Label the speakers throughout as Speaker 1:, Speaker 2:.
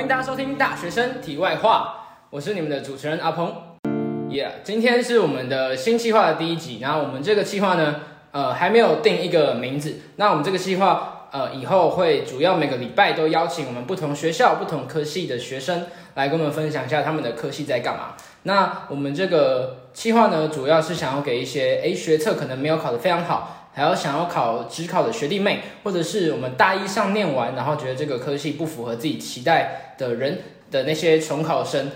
Speaker 1: 迎大家收听《大学生题外话》，我是你们的主持人阿鹏。Yeah，今天是我们的新计划的第一集，然后我们这个计划呢，呃，还没有定一个名字。那我们这个计划，呃，以后会主要每个礼拜都邀请我们不同学校、不同科系的学生来跟我们分享一下他们的科系在干嘛。那我们这个计划呢，主要是想要给一些诶学测可能没有考得非常好，还有想要考职考的学弟妹，或者是我们大一上念完，然后觉得这个科系不符合自己期待的人的那些重考生。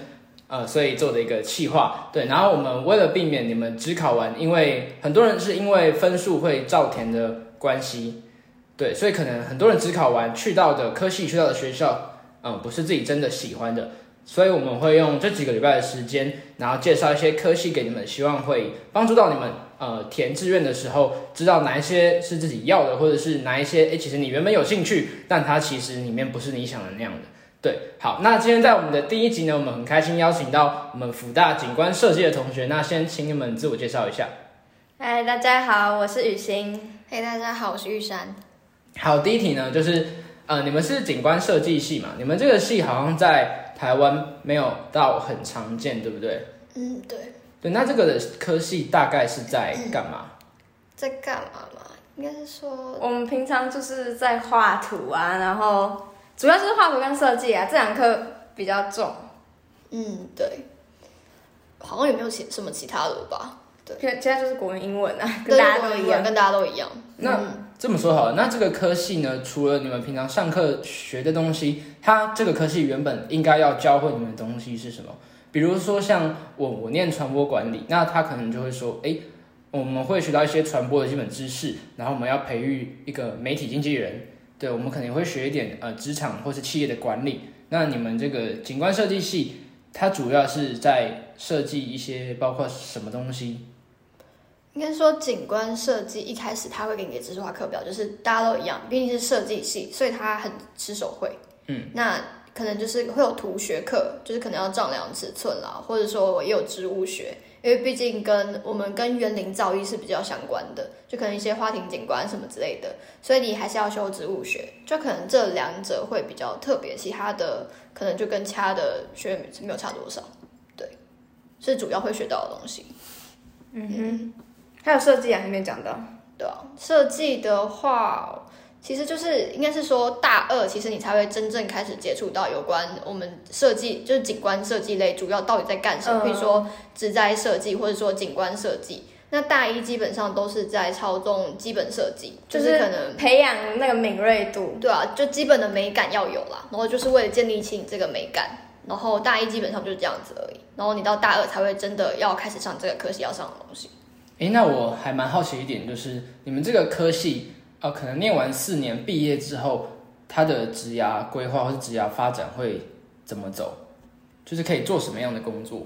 Speaker 1: 呃，所以做的一个企划，对。然后我们为了避免你们只考完，因为很多人是因为分数会照填的关系，对，所以可能很多人只考完去到的科系、去到的学校，嗯，不是自己真的喜欢的，所以我们会用这几个礼拜的时间，然后介绍一些科系给你们，希望会帮助到你们，呃，填志愿的时候知道哪一些是自己要的，或者是哪一些，诶，其实你原本有兴趣，但它其实里面不是你想的那样的。对，好，那今天在我们的第一集呢，我们很开心邀请到我们福大景观设计的同学，那先请你们自我介绍一下。
Speaker 2: 嗨，大家好，我是雨欣。
Speaker 3: 嘿、大家好，我是玉山。
Speaker 1: 好，第一题呢就是，呃，你们是景观设计系嘛？你们这个系好像在台湾没有到很常见，对不对？
Speaker 3: 嗯，对，
Speaker 1: 对，那这个的科系大概是在干嘛？
Speaker 3: 在干嘛嘛？应该是说，
Speaker 2: 我们平常就是在画图啊，然后主要就是画图跟设计啊，这两课比较重，
Speaker 3: 嗯，对，好像也没有其什么其他的吧？
Speaker 2: 其其他就是国文、英文啊，
Speaker 3: 对
Speaker 2: 跟大家都一样。
Speaker 3: 跟大家都一样。
Speaker 1: 那这么说好了，那这个科系呢，除了你们平常上课学的东西，它这个科系原本应该要教会你们的东西是什么？比如说像我，我念传播管理，那他可能就会说，诶，我们会学到一些传播的基本知识，然后我们要培育一个媒体经纪人，对，我们肯定会学一点呃职场或是企业的管理。那你们这个景观设计系，它主要是在设计一些包括什么东西？
Speaker 3: 应该说，景观设计一开始他会给你个知识化课表，就是大家都一样，毕竟是设计系，所以他很吃手绘。嗯，那可能就是会有图学课，就是可能要丈量尺寸啦，或者说也有植物学，因为毕竟跟我们跟园林造诣是比较相关的，就可能一些花庭景观什么之类的，所以你还是要修植物学，就可能这两者会比较特别，其他的可能就跟其他的学院没有差多少。对，是主要会学到的东西。嗯
Speaker 2: 嗯还有设计啊，还没讲到。
Speaker 3: 对啊，设计的话，其实就是应该是说大二，其实你才会真正开始接触到有关我们设计，就是景观设计类主要到底在干什么，
Speaker 2: 嗯
Speaker 3: 比如说植栽设计或者说景观设计。那大一基本上都是在操纵基本设计，就
Speaker 2: 就是
Speaker 3: 是可能
Speaker 2: 培养那个敏锐度，
Speaker 3: 对啊，就基本的美感要有啦，然后就是为了建立起你这个美感，然后大一基本上就是这样子而已，然后你到大二才会真的要开始上这个科系要上的东西。
Speaker 1: 诶，那我还蛮好奇一点，就是你们这个科系，呃，可能念完四年毕业之后，它的职涯规划或是职涯发展会怎么走？就是可以做什么样的工作？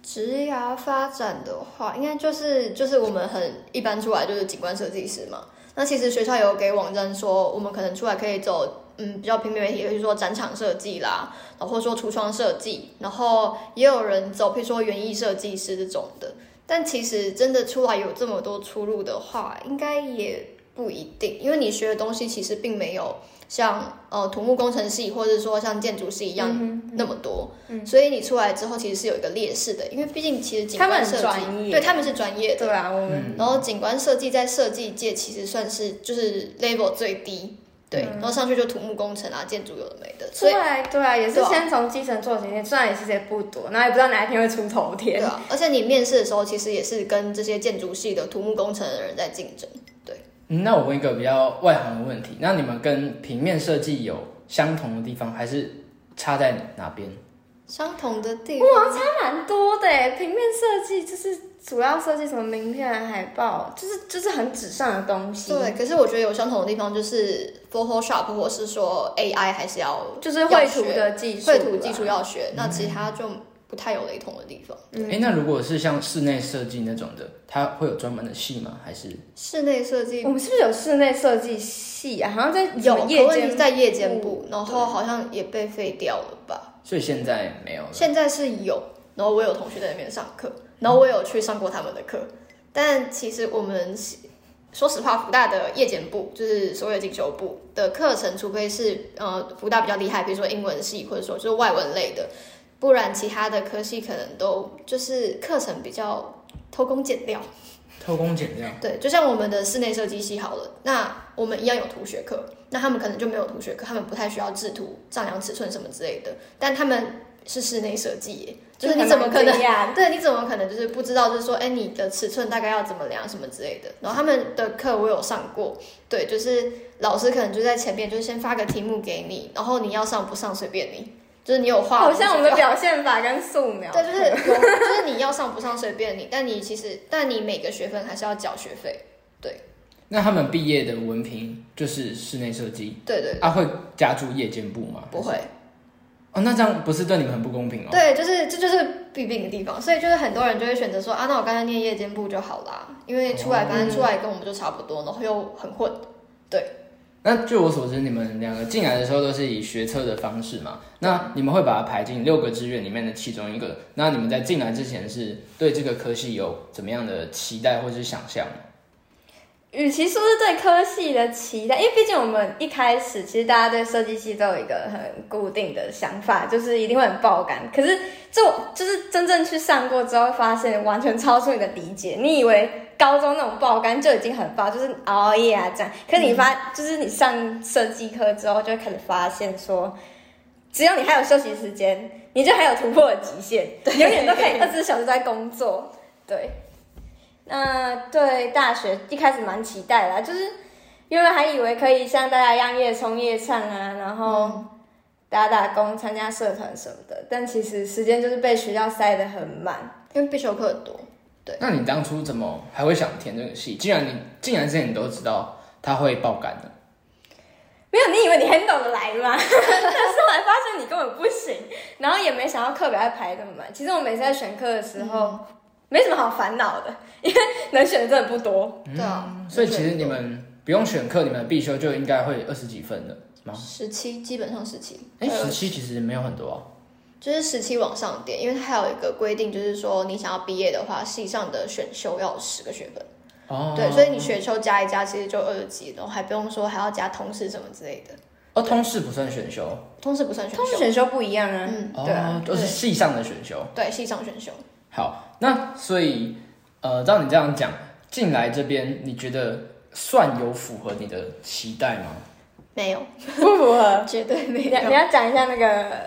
Speaker 3: 职涯发展的话，应该就是就是我们很一般出来就是景观设计师嘛。那其实学校有给网站说，我们可能出来可以走，嗯，比较平面媒体，比如说展场设计啦，然后或者说橱窗设计，然后也有人走，譬如说园艺设计师这种的。但其实真的出来有这么多出路的话，应该也不一定，因为你学的东西其实并没有像呃土木工程系或者说像建筑系一样
Speaker 2: 嗯
Speaker 3: 那么多，所以你出来之后其实是有一个劣势的，因为毕竟其实景
Speaker 2: 他们
Speaker 3: 观
Speaker 2: 很
Speaker 3: 设计，
Speaker 2: 专业
Speaker 3: 对他们是专业的
Speaker 2: 对，啊，我们
Speaker 3: 然后景观设计在设计界其实算是就是 level 最低，对，
Speaker 2: 嗯
Speaker 3: 然后上去就土木工程啊、建筑有的没的，
Speaker 2: 出
Speaker 3: 所以
Speaker 2: 来对啊，也是
Speaker 3: 对啊
Speaker 2: 先从基层做起，虽然也其实也不多，然后也不知道哪一天会出头
Speaker 3: 对
Speaker 2: 天。
Speaker 3: 啊，而且你面试的时候其实也是跟这些建筑系的土木工程的人在竞争，对，
Speaker 1: 嗯那我问一个比较外行的问题，那你们跟平面设计有相同的地方，还是差在哪边？
Speaker 3: 相同的地
Speaker 2: 哇，
Speaker 3: 方，
Speaker 2: 差蛮多的耶平面设计就是主要设计什么名片、啊、海报，就是就是很纸上的东西。
Speaker 3: 对，，可是我觉得有相同的地方就是 Photoshop 或是说 AI 还是要
Speaker 2: 就是绘图的技术啊，
Speaker 3: 绘图技术要学，那其他就不太有雷同的地方。
Speaker 1: 诶，那如果是像室内设计那种的，它会有专门的系吗？还是
Speaker 3: 室内设计
Speaker 2: 我们是不是有室内设计系啊？好像在什
Speaker 3: 有，
Speaker 2: 么
Speaker 3: 可
Speaker 2: 夜
Speaker 3: 问题
Speaker 2: 间
Speaker 3: 在夜间部，然后好像也被废掉了吧？
Speaker 1: 所以现在没有了？
Speaker 3: 现在是有，然后我有同学在那边上课，然后我有去上过他们的课，但其实我们系说实话，福大的夜间部就是所谓的进修部的课程，除非是呃福大比较厉害，比如说英文系或者说就是外文类的，不然其他的科系可能都就是课程比较偷工减料。
Speaker 1: 偷工减料。
Speaker 3: 对，就像我们的室内设计系好了，那我们一样有图学课，那他们可能就没有图学课，他们不太需要制图、丈量尺寸什么之类的，但他们是室内设计耶，就是你怎么可能？
Speaker 2: 能？
Speaker 3: 对，你怎么可能就是不知道？就是说，哎，你的尺寸大概要怎么量什么之类的。然后他们的课我有上过，对，就是老师可能就在前面，就是先发个题目给你，然后你要上不上随便你，就是你有画，
Speaker 2: 好像我们的表现法跟素描。
Speaker 3: 对，就是有，就是你要上不上随便你，但你其实，但你每个学分还是要缴学费。
Speaker 1: 那他们毕业的文凭就是室内设计，
Speaker 3: 对对，
Speaker 1: 啊，会加注夜间部吗？
Speaker 3: 不会。
Speaker 1: 哦，那这样不是对你们很不公平哦？
Speaker 3: 对，就是这就是弊病的地方，所以就是很多人就会选择说啊，那我干脆念夜间部就好啦，因为出来反
Speaker 1: 哦
Speaker 3: 正出来跟我们就差不多，然后又很混。
Speaker 1: 那据我所知，你们两个进来的时候都是以学测的方式嘛？那你们会把它排进六个志愿里面的其中一个。那你们在进来之前是对这个科系有怎么样的期待或是想象？
Speaker 2: 与其说是对科系的期待，因为毕竟我们一开始其实大家对设计系都有一个很固定的想法，就是一定会很爆感。可是就就是真正去上过之后，会发现完全超出你的理解。你以为高中那种爆肝就已经很爆，就是熬夜啊这样。可是你发，就是你上设计课之后，就会开始发现说，只要你还有休息时间，你就还有突破的极限，
Speaker 3: 对
Speaker 2: 永远都可以二十四小时在工作。对，那对大学一开始蛮期待的啊、就是因为还以为可以像大家一样夜冲夜唱啊，然后打打工、参加社团什么的，但其实时间就是被学校塞得很满。
Speaker 3: 因为必修课很多，
Speaker 1: 那你当初怎么还会想填这个系？既然你进来之前你都知道它会爆肝的，
Speaker 2: 没有，你以为你很懂得来吗？ 但是后来发现你根本不行，然后也没想到课表要排这么满。其实我每次在选课的时候，没什么好烦恼的，因为能选的真的不多。
Speaker 3: 对啊，
Speaker 1: 嗯所以其实你们不用选课，你们的必修就应该会二十几分的吗？
Speaker 3: 十七基本上十七，
Speaker 1: 哎，
Speaker 3: 呃
Speaker 1: 十七其实没有很多啊。
Speaker 3: 就是十七往上点，因为它还有一个规定，就是说你想要毕业的话，系上的选修要十个学分，
Speaker 1: 哦，
Speaker 3: 对，所以你选修加一加，其实就二十几，然后还不用说还要加通识什么之类的，
Speaker 1: 哦，通识不算选修，
Speaker 3: 通识不算选
Speaker 2: 通识
Speaker 3: 修，
Speaker 2: 选修不一样啊，
Speaker 3: 嗯，
Speaker 1: 哦
Speaker 2: 对啊，
Speaker 1: 就是系上的选修。
Speaker 3: 对，系上选修。
Speaker 1: 好，那所以呃，照你这样讲，进来这边你觉得算有符合你的期待吗？
Speaker 3: 没有，
Speaker 2: 不符合。
Speaker 3: 绝对没
Speaker 2: 你
Speaker 3: 有
Speaker 2: 要你。要讲一下那个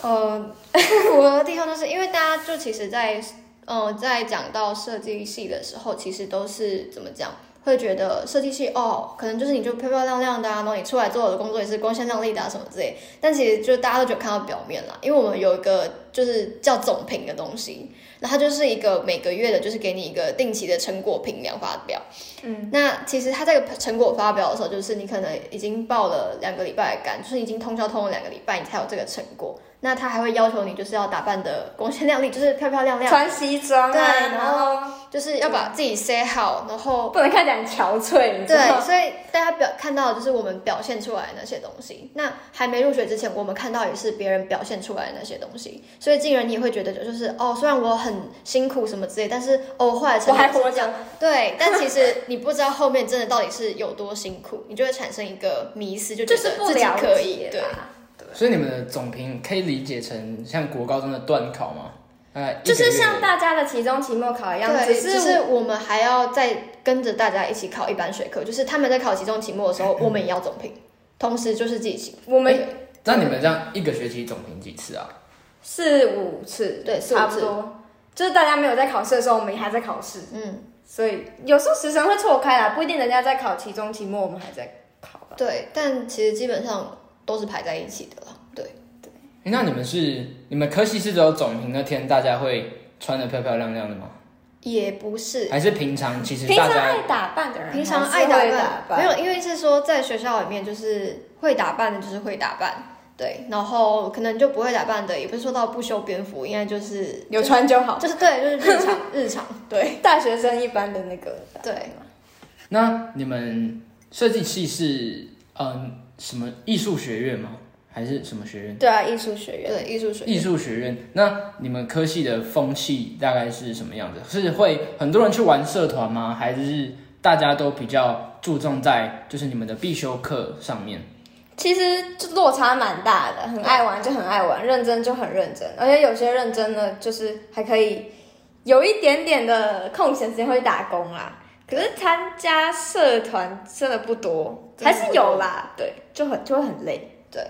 Speaker 3: 呃， 符合的地方就是因为大家就其实在，呃在讲到设计系的时候，其实都是怎么讲，会觉得设计系哦，可能就是你就漂漂亮亮的啊，然后你出来做的工作也是光鲜亮丽的啊什么之类。但其实就大家都只有看到表面啦，因为我们有一个就是叫总评的东西，那它就是一个每个月的，就是给你一个定期的成果评量发表。嗯，那其实它这个成果发表的时候，就是你可能已经报了两个礼拜的干，就是已经通宵通了两个礼拜，你才有这个成果。那他还会要求你就是要打扮的光鲜亮丽，就是漂漂亮亮，
Speaker 2: 穿西装啊，
Speaker 3: 对
Speaker 2: 然
Speaker 3: 然后
Speaker 2: 后
Speaker 3: 就是要把自己塞好，然后
Speaker 2: 不能看起来很憔悴，你知道
Speaker 3: 对，
Speaker 2: 吗？
Speaker 3: 所以大家表看到的就是我们表现出来的那些东西。那还没入学之前，我们看到也是别人表现出来的那些东西，所以进而你也会觉得就是哦，虽然我很辛苦什么之类，但是哦，我后来成
Speaker 2: 我
Speaker 3: 果
Speaker 2: 还
Speaker 3: 是
Speaker 2: 活
Speaker 3: 这样
Speaker 2: 着。
Speaker 3: 对，但其实你不知道后面真的到底是有多辛苦，你就会产生一个迷失，就觉
Speaker 2: 就是
Speaker 3: 得
Speaker 2: 不
Speaker 3: 自己
Speaker 2: 了
Speaker 3: 可以
Speaker 2: 解。啊
Speaker 3: 对，
Speaker 2: 啦
Speaker 1: 所以你们的总评可以理解成像国高中的段考吗？呃，
Speaker 2: 就是像
Speaker 1: 像
Speaker 2: 大家的期中、期末考一样，
Speaker 3: 对，
Speaker 2: 只
Speaker 3: 只
Speaker 2: 是
Speaker 3: 是我们还要再跟着大家一起考一般学科，就是他们在考期中、期末的时候，我们也要总评，同时就是自己写。
Speaker 2: 我们
Speaker 3: 哎
Speaker 1: 那你们这样一个学期总评几次啊？
Speaker 2: 四五次，
Speaker 3: 对四五次
Speaker 2: 差不多。就是大家没有在考试的时候，我们也还在考试，
Speaker 3: 嗯。
Speaker 2: 所以有时候时辰会错开啦，不一定人家在考期中、期末，我们还在考啦。
Speaker 3: 对，但其实基本上都是排在一起的啦。对，
Speaker 1: 诶那你们是你们科系是只有总评那天大家会穿的漂漂亮亮的吗？
Speaker 3: 也不是
Speaker 1: 还是平常其实
Speaker 2: 平
Speaker 1: 大
Speaker 2: 常
Speaker 1: 家
Speaker 2: 爱打扮的人，
Speaker 3: 平常爱打扮，
Speaker 2: 扮，
Speaker 3: 没有，因为是说在学校里面就是会打扮的，就是会打扮。对，然后可能就不会打扮的，也不是说到不修边幅，应该就是
Speaker 2: 有穿就好。
Speaker 3: 就是对，就是日常日常。
Speaker 2: 对，大学生一般的那个打扮
Speaker 3: 对，
Speaker 1: 那你们设计系是嗯、什么艺术学院吗？还是什么学院？
Speaker 2: 对啊，艺术学院。
Speaker 3: 对，艺术水
Speaker 1: 艺术学院。那你们科系的风气大概是什么样子？是会很多人去玩社团吗？还是大家都比较注重在就是你们的必修课上面？
Speaker 2: 其实就落差蛮大的，很爱玩就很爱玩，认真就很认真，而且有些认真呢，就是还可以有一点点的空闲时间会去打工啦。可是参加社团真的不多，
Speaker 3: 真的
Speaker 2: 还
Speaker 3: 不多
Speaker 2: 是有啦，对，就很就会很累。
Speaker 3: 对，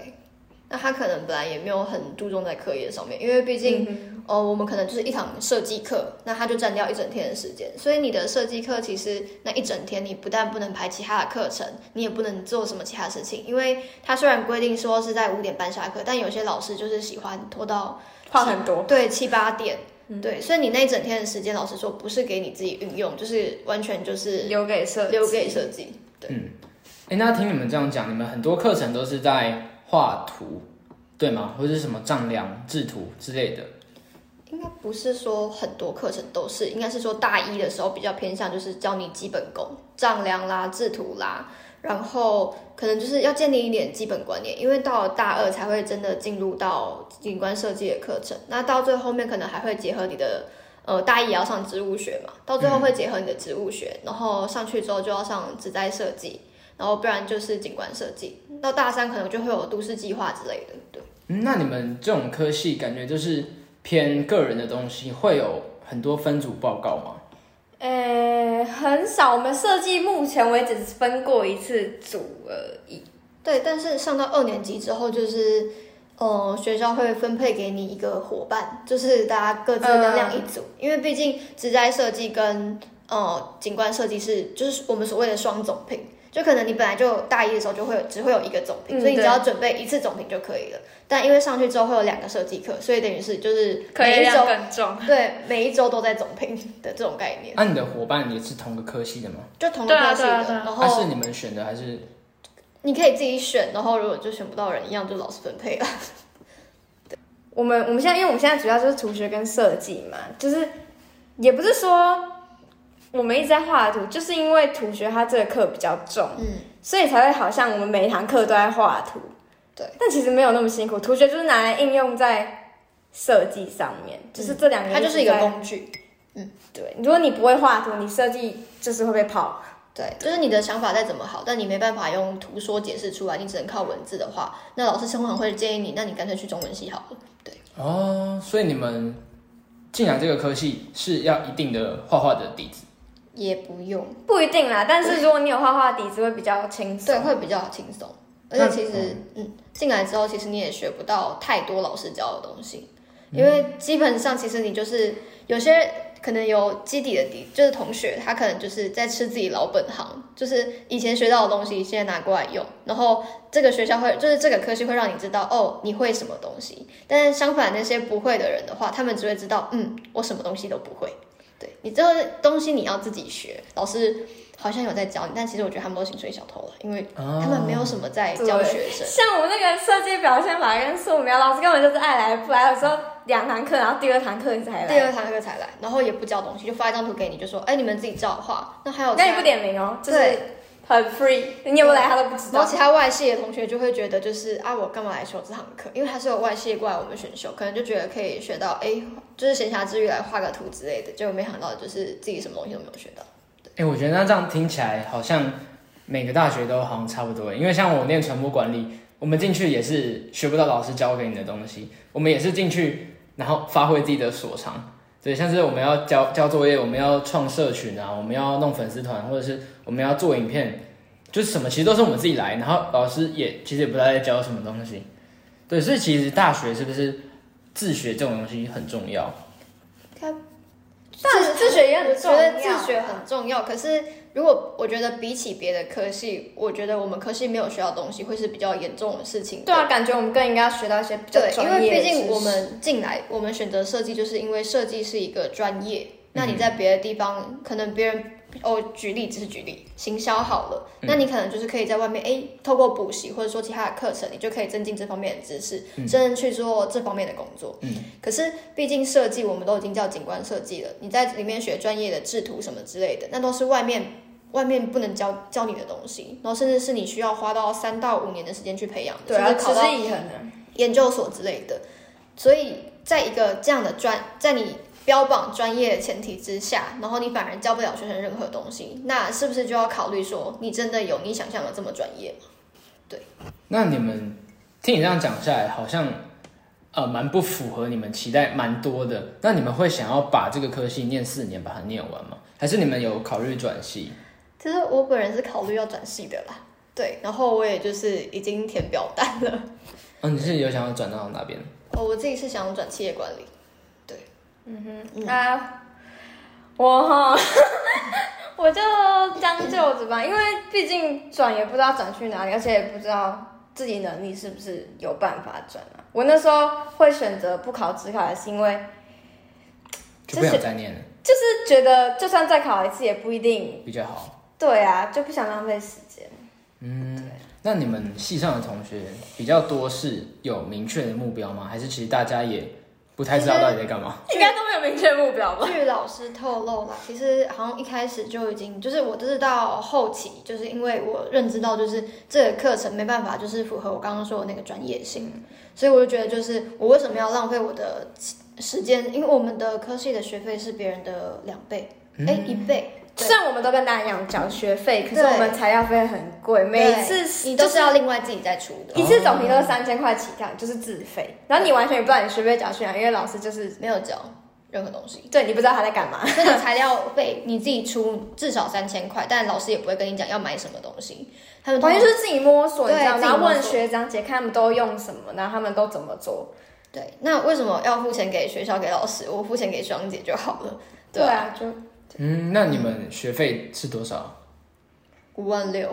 Speaker 3: 那他可能本来也没有很注重在课业上面，因为
Speaker 2: 嗯
Speaker 3: 毕竟、呃，我们可能就是一堂设计课，那他就占掉一整天的时间，所以你的设计课其实那一整天你不但不能排其他的课程，你也不能做什么其他事情，因为他虽然规定说是在五点半下课，但有些老师就是喜欢拖到
Speaker 2: 话很多，
Speaker 3: 对七八点。对，所以你那一整天的时间，老实说不是给你自己运用，就是完全就是
Speaker 2: 留给社
Speaker 3: 留给设计。
Speaker 1: 哎，那听你们这样讲，你们很多课程都是在画图，对吗？或者是什么丈量、制图之类的？
Speaker 3: 应该不是说很多课程都是，应该是说大一的时候比较偏向就是教你基本功，丈量啦、制图啦，然后可能就是要建立一点基本观念，因为到了大二才会真的进入到景观设计的课程。那到最后面可能还会结合你的呃大一也要上植物学嘛，到最后会结合你的植物学，然后上去之后就要上植栽设计，然后不然就是景观设计。到大三可能就会有都市计划之类的，对。
Speaker 1: 嗯，那你们这种科系感觉就是偏个人的东西，会有很多分组报告吗？
Speaker 2: 呃，很少。我们设计目前为止只分过一次组而已。
Speaker 3: 对，但是上到二年级之后，就是，呃，学校会分配给你一个伙伴，就是大家各
Speaker 2: 嗯
Speaker 3: 自两两一组，因为毕竟植栽设计跟呃景观设计是就是我们所谓的双总评，就可能你本来就大一的时候就会有只会有一个总评，
Speaker 2: 嗯
Speaker 3: 所以你只
Speaker 2: 对
Speaker 3: 要准备一次总评就可以了。但因为上去之后会有两个设计课，所以等于是就是
Speaker 2: 可以
Speaker 3: 每一周
Speaker 2: 量更重。
Speaker 3: 对每一周都在总评的这种概念，
Speaker 1: 那、啊你的伙伴也是同个科系的吗？
Speaker 3: 就同
Speaker 2: 对啊
Speaker 3: 科系
Speaker 2: 对啊
Speaker 3: 的，
Speaker 2: 对啊
Speaker 3: 然
Speaker 1: 他、是
Speaker 3: 后
Speaker 1: 你们选的还是？
Speaker 3: 你可以自己选，然后如果就选不到人，一样就老师分配了。
Speaker 2: 我们我们现在，因为我们现在主要就是图学跟设计嘛，就是也不是说我们一直在画图，就是因为图学它这个课比较重，
Speaker 3: 嗯。
Speaker 2: 所以才会好像我们每一堂课都在画图。
Speaker 3: 对，
Speaker 2: 但其实没有那么辛苦，图学就是拿来应用在设计上面，就是这两个
Speaker 3: 嗯它就是一个
Speaker 2: 在
Speaker 3: 工具。嗯
Speaker 2: 对。如果你不会画图，你设计就是会被泡。
Speaker 3: 对，就是你的想法再怎么好，但你没办法用图说解释出来，你只能靠文字的话，那老师通常会建议你，那你干脆去中文系好了。对，
Speaker 1: 哦，所以你们进来这个科系是要一定的画画的底子。
Speaker 3: 也不用，
Speaker 2: 不一定啦，但是如果你有画画底子，会比较轻松。
Speaker 3: 对，会比较轻松。而
Speaker 1: 那
Speaker 3: 且其实，嗯，进来之后，其实你也学不到太多老师教的东西，因为基本上其实你就是有些可能有基底的底，就是同学他可能就是在吃自己老本行，就是以前学到的东西现在拿过来用，然后这个学校会就是这个科系会让你知道哦你会什么东西，但是相反那些不会的人的话，他们只会知道嗯我什么东西都不会，对你这个东西你要自己学，老师。好像有在教你，但其实我觉得他们都薪水小偷了，因为
Speaker 1: 哦
Speaker 3: 他们没有什么在教学生。
Speaker 2: 像我那个设计表现法跟素描，老师根本就是爱来不来。有时候两堂课，然后第二堂课你才
Speaker 3: 第
Speaker 2: 来，
Speaker 3: 二堂课才来，然后也不教东西，就发一张图给你，就说，哎，你们自己照 画。那还有，
Speaker 2: 那你不，点名哦，就是
Speaker 3: 对
Speaker 2: 很 free，你有没有来他都不知
Speaker 3: 然
Speaker 2: 道
Speaker 3: 后。其他外系的同学就会觉得，就是啊，我干嘛来修这堂课？因为他是有外系过来我们选修，可能就觉得可以学到，哎，就是闲暇之余来画个图之类的。结果没想到，就是自己什么东西都没有学到。
Speaker 1: 哎、我觉得那这样听起来好像每个大学都好像差不多耶，因为像我念传播管理，我们进去也是学不到老师教给你的东西，我们也是进去然后发挥自己的所长。对，像是我们要交交作业，我们要创社群啊，我们要弄粉丝团，或者是我们要做影片，就是什么其实都是我们自己来，然后老师也其实也不知道在教什么东西。对，所以其实大学是不是自学这种东西很重要？
Speaker 2: 但自学也很重
Speaker 3: 我
Speaker 2: 要，
Speaker 3: 觉得自学很重要，可是如果我觉得比起别的科系，我觉得我们科系没有学到东西，会是比较严重的事情。
Speaker 2: 对啊，感觉我们更应该要学到一些比较
Speaker 3: 对，因
Speaker 2: 专
Speaker 3: 为
Speaker 2: 业的
Speaker 3: 毕竟
Speaker 2: 知识
Speaker 3: 我们进来，我们选择设计，就是因为设计是一个专业。
Speaker 2: 嗯
Speaker 3: 那你在别的地方，可能别人哦，举例只是举例，行销好了，
Speaker 2: 嗯
Speaker 3: 那你可能就是可以在外面，哎、透过补习或者说其他的课程，你就可以增进这方面的知识，
Speaker 2: 嗯
Speaker 3: 真正去做这方面的工作。嗯，可是毕竟设计，我们都已经叫景观设计了，你在里面学专业的制图什么之类的，那都是外面。外面不能教教你的东西，然后甚至是你需要花到三到五年的时间去培养的，
Speaker 2: 对啊，
Speaker 3: 甚至考
Speaker 2: 持
Speaker 3: 到
Speaker 2: 之以恒啊。
Speaker 3: 研究所之类的。所以在一个这样的专，在你标榜专业的前提之下，然后你反而教不了学生任何东西，那是不是就要考虑说，你真的有你想象的这么专业？
Speaker 1: 那你们听你这样讲下来，好像呃蛮不符合你们期待蛮多的。那你们会想要把这个科系念四年把它念完吗？还是你们有考虑转系？
Speaker 3: 其实我本人是考虑要转系的啦，对，然后我也就是已经填表单了。
Speaker 1: 嗯、你是有想要转到哪边？
Speaker 3: 哦，我自己是想转企业管理，
Speaker 2: 啊，我哈， 我就将就着吧，因为毕竟转也不知道转去哪里，而且也不知道自己能力是不是有办法转啊。我那时候会选择不考职考，也是因为
Speaker 1: 就不想再念了，
Speaker 2: 就是觉得就算再考一次也不一定，
Speaker 1: 比较好。
Speaker 2: 对啊，就不想浪费时间。
Speaker 1: 那你们系上的同学比较多是有明确的目标吗？还是其实大家也不太知道到底在干嘛？
Speaker 2: 应该都没有明确目标吧？
Speaker 3: 据老师透露啦，其实好像一开始就已经，就是我就是到后期，就是因为我认知到，就是这个课程没办法，就是符合我刚刚说的那个专业性，所以我就觉得，就是我为什么要浪费我的时间？因为我们的科系的学费是别人的两倍，哎、一倍，对
Speaker 2: 虽然我们都跟大家一样缴学费，可是
Speaker 3: 对
Speaker 2: 我们材料费很贵，每一
Speaker 3: 对
Speaker 2: 次
Speaker 3: 你都
Speaker 2: 就是
Speaker 3: 要另外自己再出的，
Speaker 2: 一次总评都是三千块起跳，你就是自费，然后你完全也不知道你学费缴去哪，因为老师就是
Speaker 3: 没有交任何东西。
Speaker 2: 对你不知道他在干嘛。
Speaker 3: 所以你材料费你自己出至少三千块，但老师也不会跟你讲要买什么东西，他们通
Speaker 2: 完
Speaker 3: 常
Speaker 2: 全就是自己摸索，你
Speaker 3: 对
Speaker 2: 知道吗？
Speaker 3: 自己
Speaker 2: 然
Speaker 3: 摸
Speaker 2: 后
Speaker 3: 索
Speaker 2: 问学长姐看他们都用什么，然后他们都怎么做。
Speaker 3: 对，那为什么要付钱给学校给老师？我付钱给学长姐就好了。对啊，
Speaker 2: 啊，就
Speaker 1: 嗯，那你们学费是多少？
Speaker 3: 五万六，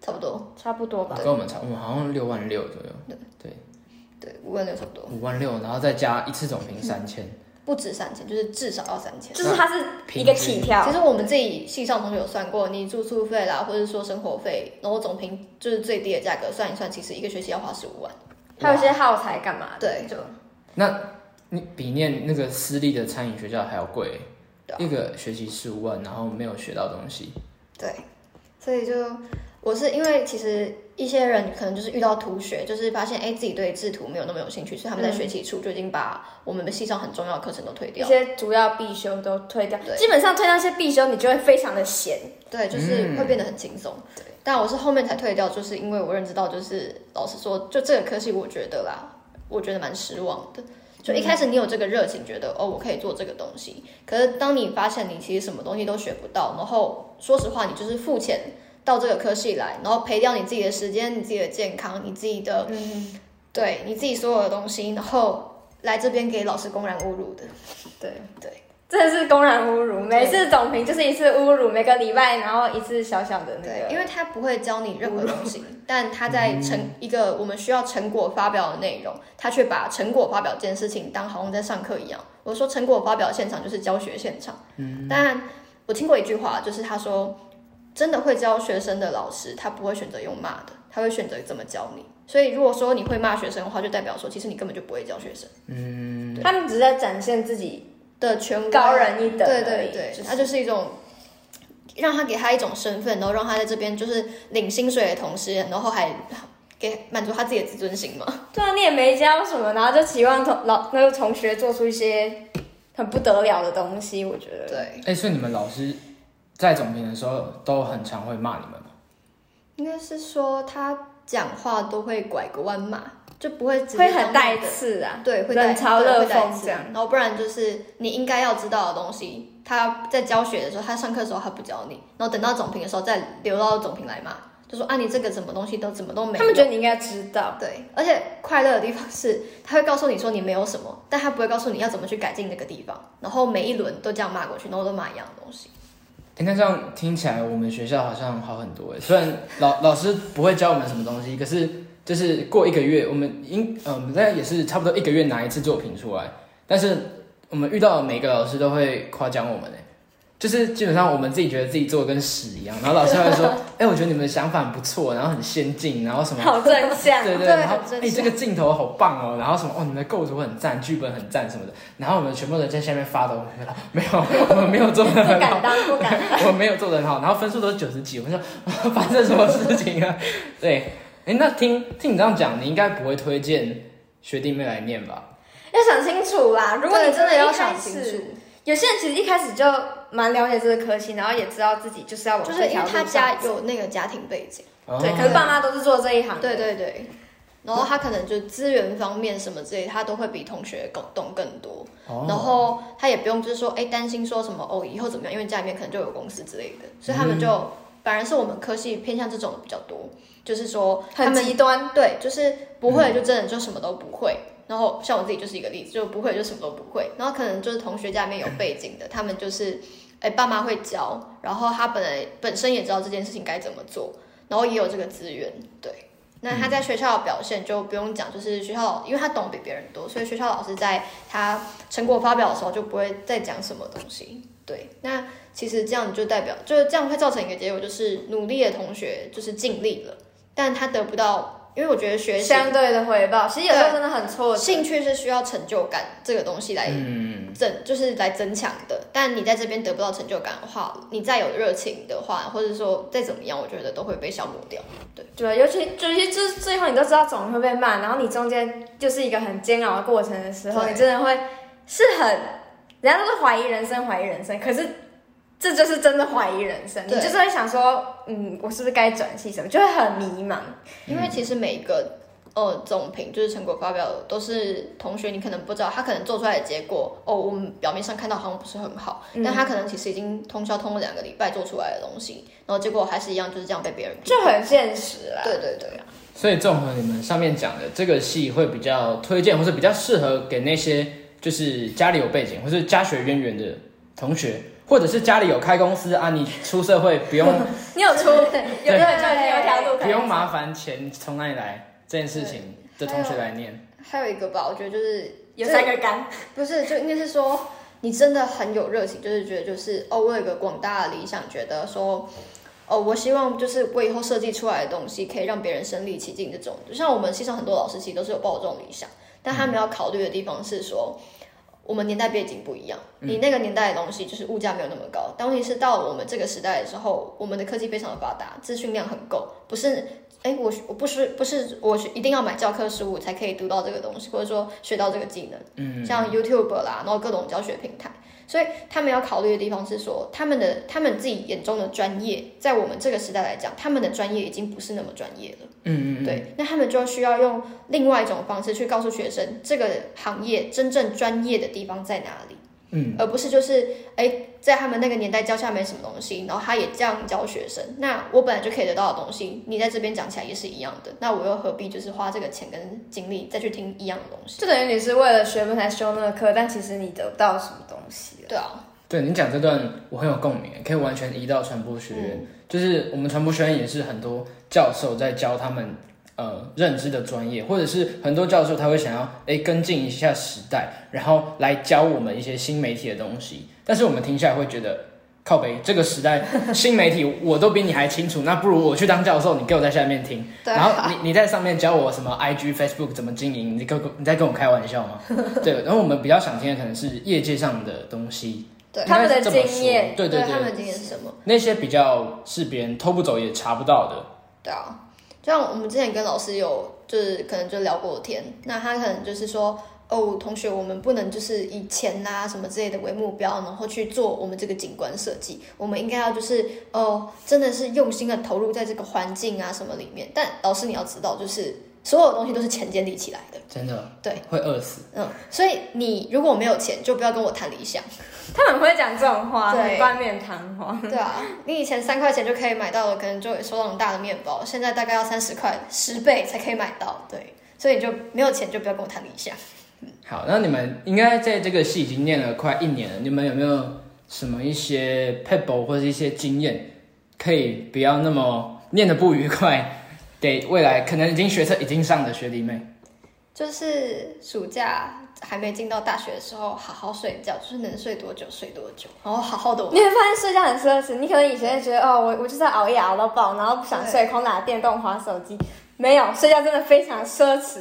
Speaker 3: 差不多。
Speaker 2: 差不多吧。
Speaker 1: 跟我们差，我们好像六万六左右，
Speaker 3: 对，五万六差不多，
Speaker 1: 五万六，然后再加一次总评三千。
Speaker 3: 不止三千，就是至少要三千。
Speaker 2: 啊就是它是一个起跳
Speaker 3: 其，实我们自己系上同学有算过，你住宿费啦，或者说生活费，然后总平就是最低的价格算一算，其实一个学期要花十五万。
Speaker 2: 还有一些耗材干嘛的？
Speaker 3: 对
Speaker 2: 就
Speaker 1: 你比念那个私立的餐饮学校还要贵
Speaker 3: 对，
Speaker 1: 一个学期十五万，然后没有学到东西。
Speaker 3: 对，所以就我是因为其实一些人可能就是遇到图学，就是发现哎自己对制图没有那么有兴趣，所以他们在学期初就已经把我们的系上很重要的课程都退
Speaker 2: 一
Speaker 3: 掉。
Speaker 2: 些主要必修都退掉，
Speaker 3: 对
Speaker 2: 基本上退掉一些必修，你就会非常的闲。
Speaker 3: 对，就是会变得很轻松。对，但我是后面才退掉，就是因为我认知到，就是老实说，就这个科系，我觉得啦，我觉得蛮失望的。就一开始你有这个热情，觉得哦，我可以做这个东西。可是当你发现你其实什么东西都学不到，然后说实话，你就是付钱到这个科系来，然后赔掉你自己的时间、你自己的健康、你自己的，对你自己所有的东西，然后来这边给老师公然侮辱的。
Speaker 2: 对
Speaker 3: 对，
Speaker 2: 真的是公然侮辱，
Speaker 3: 对
Speaker 2: 每次总评就是一次侮辱，每个礼拜然后一次小小的那
Speaker 3: 对
Speaker 2: 个，，
Speaker 3: 因为他不会教你任何东西，但他在成一个我们需要成果发表的内容，他却把成果发表这件事情当好像在上课一样。我说成果发表现场就是教学现场，嗯，但我听过一句话，就是他说，真的会教学生的老师，他不会选择用骂的，他会选择怎么教你。所以如果说你会骂学生的话，就代表说其实你根本就不会教学生
Speaker 2: 他们只是在展现自己
Speaker 3: 的权威
Speaker 2: 高人一等而
Speaker 3: 对
Speaker 2: 已。
Speaker 3: 对对，
Speaker 2: 就
Speaker 3: 他
Speaker 2: 是
Speaker 3: 就是一种让他给他一种身份，然后让他在这边就是领薪水的同时，然后还给满足他自己的自尊心嘛。
Speaker 2: 对啊，你也没教什么，然啊后就期望同老那个同学做出一些很不得了的东西，我觉得。
Speaker 3: 对，
Speaker 1: 哎、所以你们老师在总评的时候都很常会骂你们吗？
Speaker 3: 应该是说他讲话都会拐个弯嘛，就不会直接
Speaker 2: 会很带
Speaker 3: 当面的
Speaker 2: 刺啊，
Speaker 3: 对，会带
Speaker 2: 冷嘲热
Speaker 3: 对会带
Speaker 2: 讽
Speaker 3: 刺
Speaker 2: 这样
Speaker 3: 然后不然就是你应该要知道的东西，他在教学的时候，他上课的时候他不教你，然后等到总评的时候再留到总评来骂，就说啊你这个什么东西都怎么都没有。
Speaker 2: 他们觉得你应该知 道，
Speaker 3: 对，而且快乐的地方是，他会告诉你说你没有什么，但他不会告诉你要怎么去改进那个地方。然后每一轮都这样骂过去，然后都骂一样的东西。
Speaker 1: 哎、那这样听起来我们学校好像好很多哎、虽然老老师不会教我们什么东西，可是就是过一个月，我们应呃我们在也是差不多一个月拿一次作品出来，但是我们遇到的每个老师都会夸奖我们哎、就是基本上我们自己觉得自己做的跟屎一样，然后老师还会说，哎、我觉得你们的想法很不错，然后很先进，然后什么
Speaker 2: 好哦正向。
Speaker 1: 对对，
Speaker 3: 对
Speaker 1: 然后
Speaker 3: 很
Speaker 1: 哎、
Speaker 3: 正
Speaker 1: 这个镜头好棒哦，然后什么哦，你们的构图很赞，剧本很赞什么的，然后我们全部人在下面发抖，没有，我们没有做的
Speaker 2: 不
Speaker 1: 很好
Speaker 2: 敢，当，不敢。
Speaker 1: 我们没有做的很好，然后分数都是九十几，我们说 发生什么事情啊？ 对，哎，那听听你这样讲，你应该不会推荐学弟妹来念吧？
Speaker 2: 要想清楚啦，如果你真的要想清
Speaker 3: 对
Speaker 2: 楚，，有些人其实一开始就蛮了解这个科系，然后也知道自己就是要往
Speaker 3: 就是
Speaker 2: 这
Speaker 3: 因
Speaker 2: 条
Speaker 3: 为
Speaker 2: 路
Speaker 3: 他
Speaker 2: 上
Speaker 3: 家
Speaker 2: 走嗯
Speaker 3: 有那个家庭背景，
Speaker 2: 对，
Speaker 1: 哦
Speaker 2: 可是爸妈都是做这一行的，
Speaker 3: 对对对，然后他可能就资源方面什么之类，他都会比同学更懂更多，
Speaker 1: 哦
Speaker 3: 然后他也不用就是说哎担心说什么哦以后怎么样，因为家里面可能就有公司之类的，所以他
Speaker 2: 嗯
Speaker 3: 们就、反而是我们科系偏向这种的比较多，就是说他
Speaker 2: 很
Speaker 3: 们
Speaker 2: 极端。
Speaker 3: 对，就是不会就真的就什么都不会。然后像我自己就是一个例子，就不会就什么都不会。然后可能就是同学家里面有背景的，他们就是，哎，爸妈会教，然后他本来本身也知道这件事情该怎么做，然后也有这个资源，对。那他在学校的表现就不用讲，就是学校，因为他懂比别人多，所以学校老师在他成果发表的时候就不会再讲什么东西。对，那其实这样就代表，就是这样会造成一个结果，就是努力的同学就是尽力了，但他得不到，因为我觉得学习
Speaker 2: 相对的回报，其实有时候真的很挫折。
Speaker 3: 兴趣是需要成就感这个东西来
Speaker 1: 嗯，
Speaker 3: 增，就是来增强的。但你在这边得不到成就感的话，你再有热情的话，或者说再怎么样，我觉得都会被消磨掉。
Speaker 2: 对，尤其尤其就是最后你都知道总会被骂，然后你中间就是一个很煎熬的过程的时候，
Speaker 3: 对
Speaker 2: 你真的会是很，人家都是怀疑人生，怀疑人生，可是这就是真的怀疑人生，你
Speaker 3: 对
Speaker 2: 就是会想说，嗯，我是不是该转系什么，就会很迷茫。
Speaker 3: 因为其实每一个呃总评就是成果发表的都是同学，你可能不知道他可能做出来的结果哦，我们表面上看到好像不是很好，
Speaker 2: 嗯
Speaker 3: 但他可能其实已经通宵通了两个礼拜做出来的东西，然后结果还是一样就是这样被别人批
Speaker 2: 就很现实啦。
Speaker 3: 对对对啊，
Speaker 1: 所以综合你们上面讲的，这个戏会比较推荐，或是比较适合给那些就是家里有背景或是家学渊源的同学，或者是家里有开公司啊，你出社会不 用
Speaker 2: 你有出，有有没有就已经有一条路可以走？
Speaker 1: 不用麻烦钱从哪里来这件事情的同学来念，
Speaker 3: 还有一个吧，我觉得就是
Speaker 2: 有三个杆，
Speaker 3: 不是，就应该是说你真的很有热情，就是觉得就是哦，我有一个广大的理想，觉得说哦，我希望就是我以后设计出来的东西可以让别人身临其境这种。就像我们系上很多老师其实都是有抱有这种理想，但他们要考虑的地方是说。我们年代背景不一样，你那个年代的东西就是物价没有那么高，但问题是到了我们这个时代的时候，我们的科技非常的发达，资讯量很够，不是哎，我我不是不是我是一定要买教科书我才可以读到这个东西，或者说学到这个技能。嗯，像 YouTube 啦，然后各种教学平台，所以他们要考虑的地方是说，他们的他们自己眼中的专业，在我们这个时代来讲，他们的专业已经不是那么专业了。
Speaker 1: 嗯嗯嗯，
Speaker 3: 对，那他们就需要用另外一种方式去告诉学生，这个行业真正专业的地方在哪里。
Speaker 1: 嗯，
Speaker 3: 而不是就是哎，在他们那个年代教下没什么东西，然后他也这样教学生，那我本来就可以得到的东西，你在这边讲起来也是一样的，那我又何必就是花这个钱跟精力再去听一样的东西？
Speaker 2: 就等于你是为了学分才修那个课，但其实你得不到什么东西了。
Speaker 3: 对啊，
Speaker 1: 对你讲这段我很有共鸣，可以完全移到传播学院。就是我们传播学院也是很多教授在教他们呃认知的专业，或者是很多教授他会想要诶跟进一下时代，然后来教我们一些新媒体的东西。但是我们听下来会觉得靠北，这个时代新媒体我都比你还清楚，那不如我去当教授，你给我在下面听，
Speaker 3: 对
Speaker 2: 啊
Speaker 1: 然后你你在上面教我什么 IG、Facebook 怎么经营，你跟我你在跟我开玩笑吗？对，然后我们比较想听的可能是业界上的东西，
Speaker 3: 对
Speaker 1: 应该是
Speaker 2: 他们
Speaker 1: 这
Speaker 2: 的
Speaker 1: 么说
Speaker 2: 经验
Speaker 1: 对对
Speaker 3: 他们的经验是什么？
Speaker 1: 那些比较是别人偷不走也查不到的，
Speaker 3: 对啊，就像我们之前跟老师有就是可能就聊过天，那他可能就是说。哦，同学，我们不能就是以钱啦、什么之类的为目标，然后去做我们这个景观设计。我们应该要就是哦，真的是用心的投入在这个环境啊什么里面。但老师你要知道，就是所有东西都是钱建立起来的，
Speaker 1: 真的
Speaker 3: 对，
Speaker 1: 会饿死。
Speaker 3: 嗯。所以你如果没有钱，就不要跟我谈理想。
Speaker 2: 他们很会讲这种话，
Speaker 3: 对
Speaker 2: 很冠冕堂皇。
Speaker 3: 对啊，你以前三块钱就可以买到的，可能就手掌大的面包，现在大概要三十块，十倍才可以买到。对，所以你就没有钱就不要跟我谈理想。
Speaker 1: 好，那你们应该在这个系已经念了快一年了，你们有没有什么一些 pebble 或者一些经验，可以不要那么念的不愉快， 给未来可能已经学车已经上的学弟妹？
Speaker 3: 就是暑假还没进到大学的时候，好好睡觉，就是能睡多久睡多久，然后好好的玩
Speaker 2: 你。会发现睡觉很奢侈，你可能以前就觉得哦，我我就是要熬夜熬到爆，然后不想睡，空打电动、划手机。没有，睡觉真的非常奢 侈。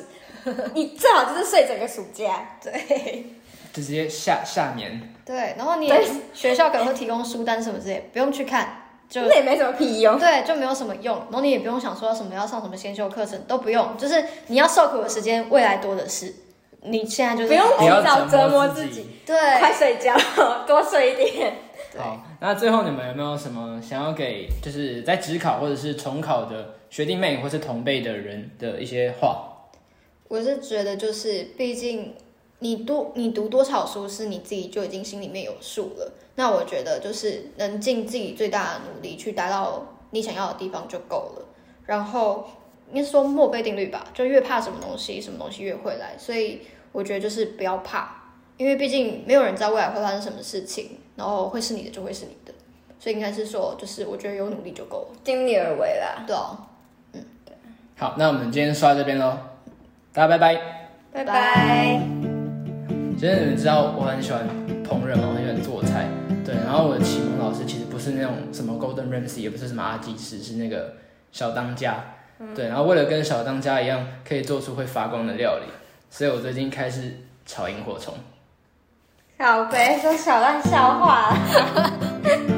Speaker 2: 你最好就是睡整个暑假，
Speaker 3: 对
Speaker 1: 就直接下下年，
Speaker 3: 对，然后你
Speaker 2: 对
Speaker 3: 学校可能会提供书单什么之类，不用去看，就
Speaker 2: 那也没什么屁用。
Speaker 3: 对，就没有什么用。然后你也不用想说什么要上什么先修课程，都不用，就是你要受苦的时间未来多的是。你现在就是
Speaker 2: 不用
Speaker 1: 不
Speaker 2: 提
Speaker 1: 要
Speaker 2: 早折磨自
Speaker 1: 自
Speaker 2: 己，
Speaker 3: 对，
Speaker 2: 快睡觉， 多睡一点。
Speaker 3: 对
Speaker 1: 好，那最后你们有没有什么想要给就是在职考或者是重考的学弟妹或是同辈的人的一些话？
Speaker 3: 我是觉得就是，毕竟你多你读多少书是你自己就已经心里面有数了。那我觉得就是能尽自己最大的努力去达到你想要的地方就够了。然后应该说墨菲定律吧，就越怕什么东西，什么东西越会来。所以我觉得就是不要怕，因为毕竟没有人知道未来会发生什么事情，然后会是你的就会是你的。所以应该是说，就是我觉得有努力就够了。
Speaker 2: 尽力而为啦，
Speaker 3: 对啊，
Speaker 1: 好，那我们今天说到这边喽，大家拜拜。
Speaker 2: 拜
Speaker 3: 拜
Speaker 2: 拜。
Speaker 1: 其实你们知道我很喜欢烹饪嘛，我很喜欢做菜。对，然后我的启蒙老师其实不是那种什么 Golden Ramsy，也不是什么阿基师，是那个小当家。对，然后为了跟小当家一样，可以做出会发光的料理，所以我最近开始炒萤火虫。
Speaker 2: 好，别说小段笑话了。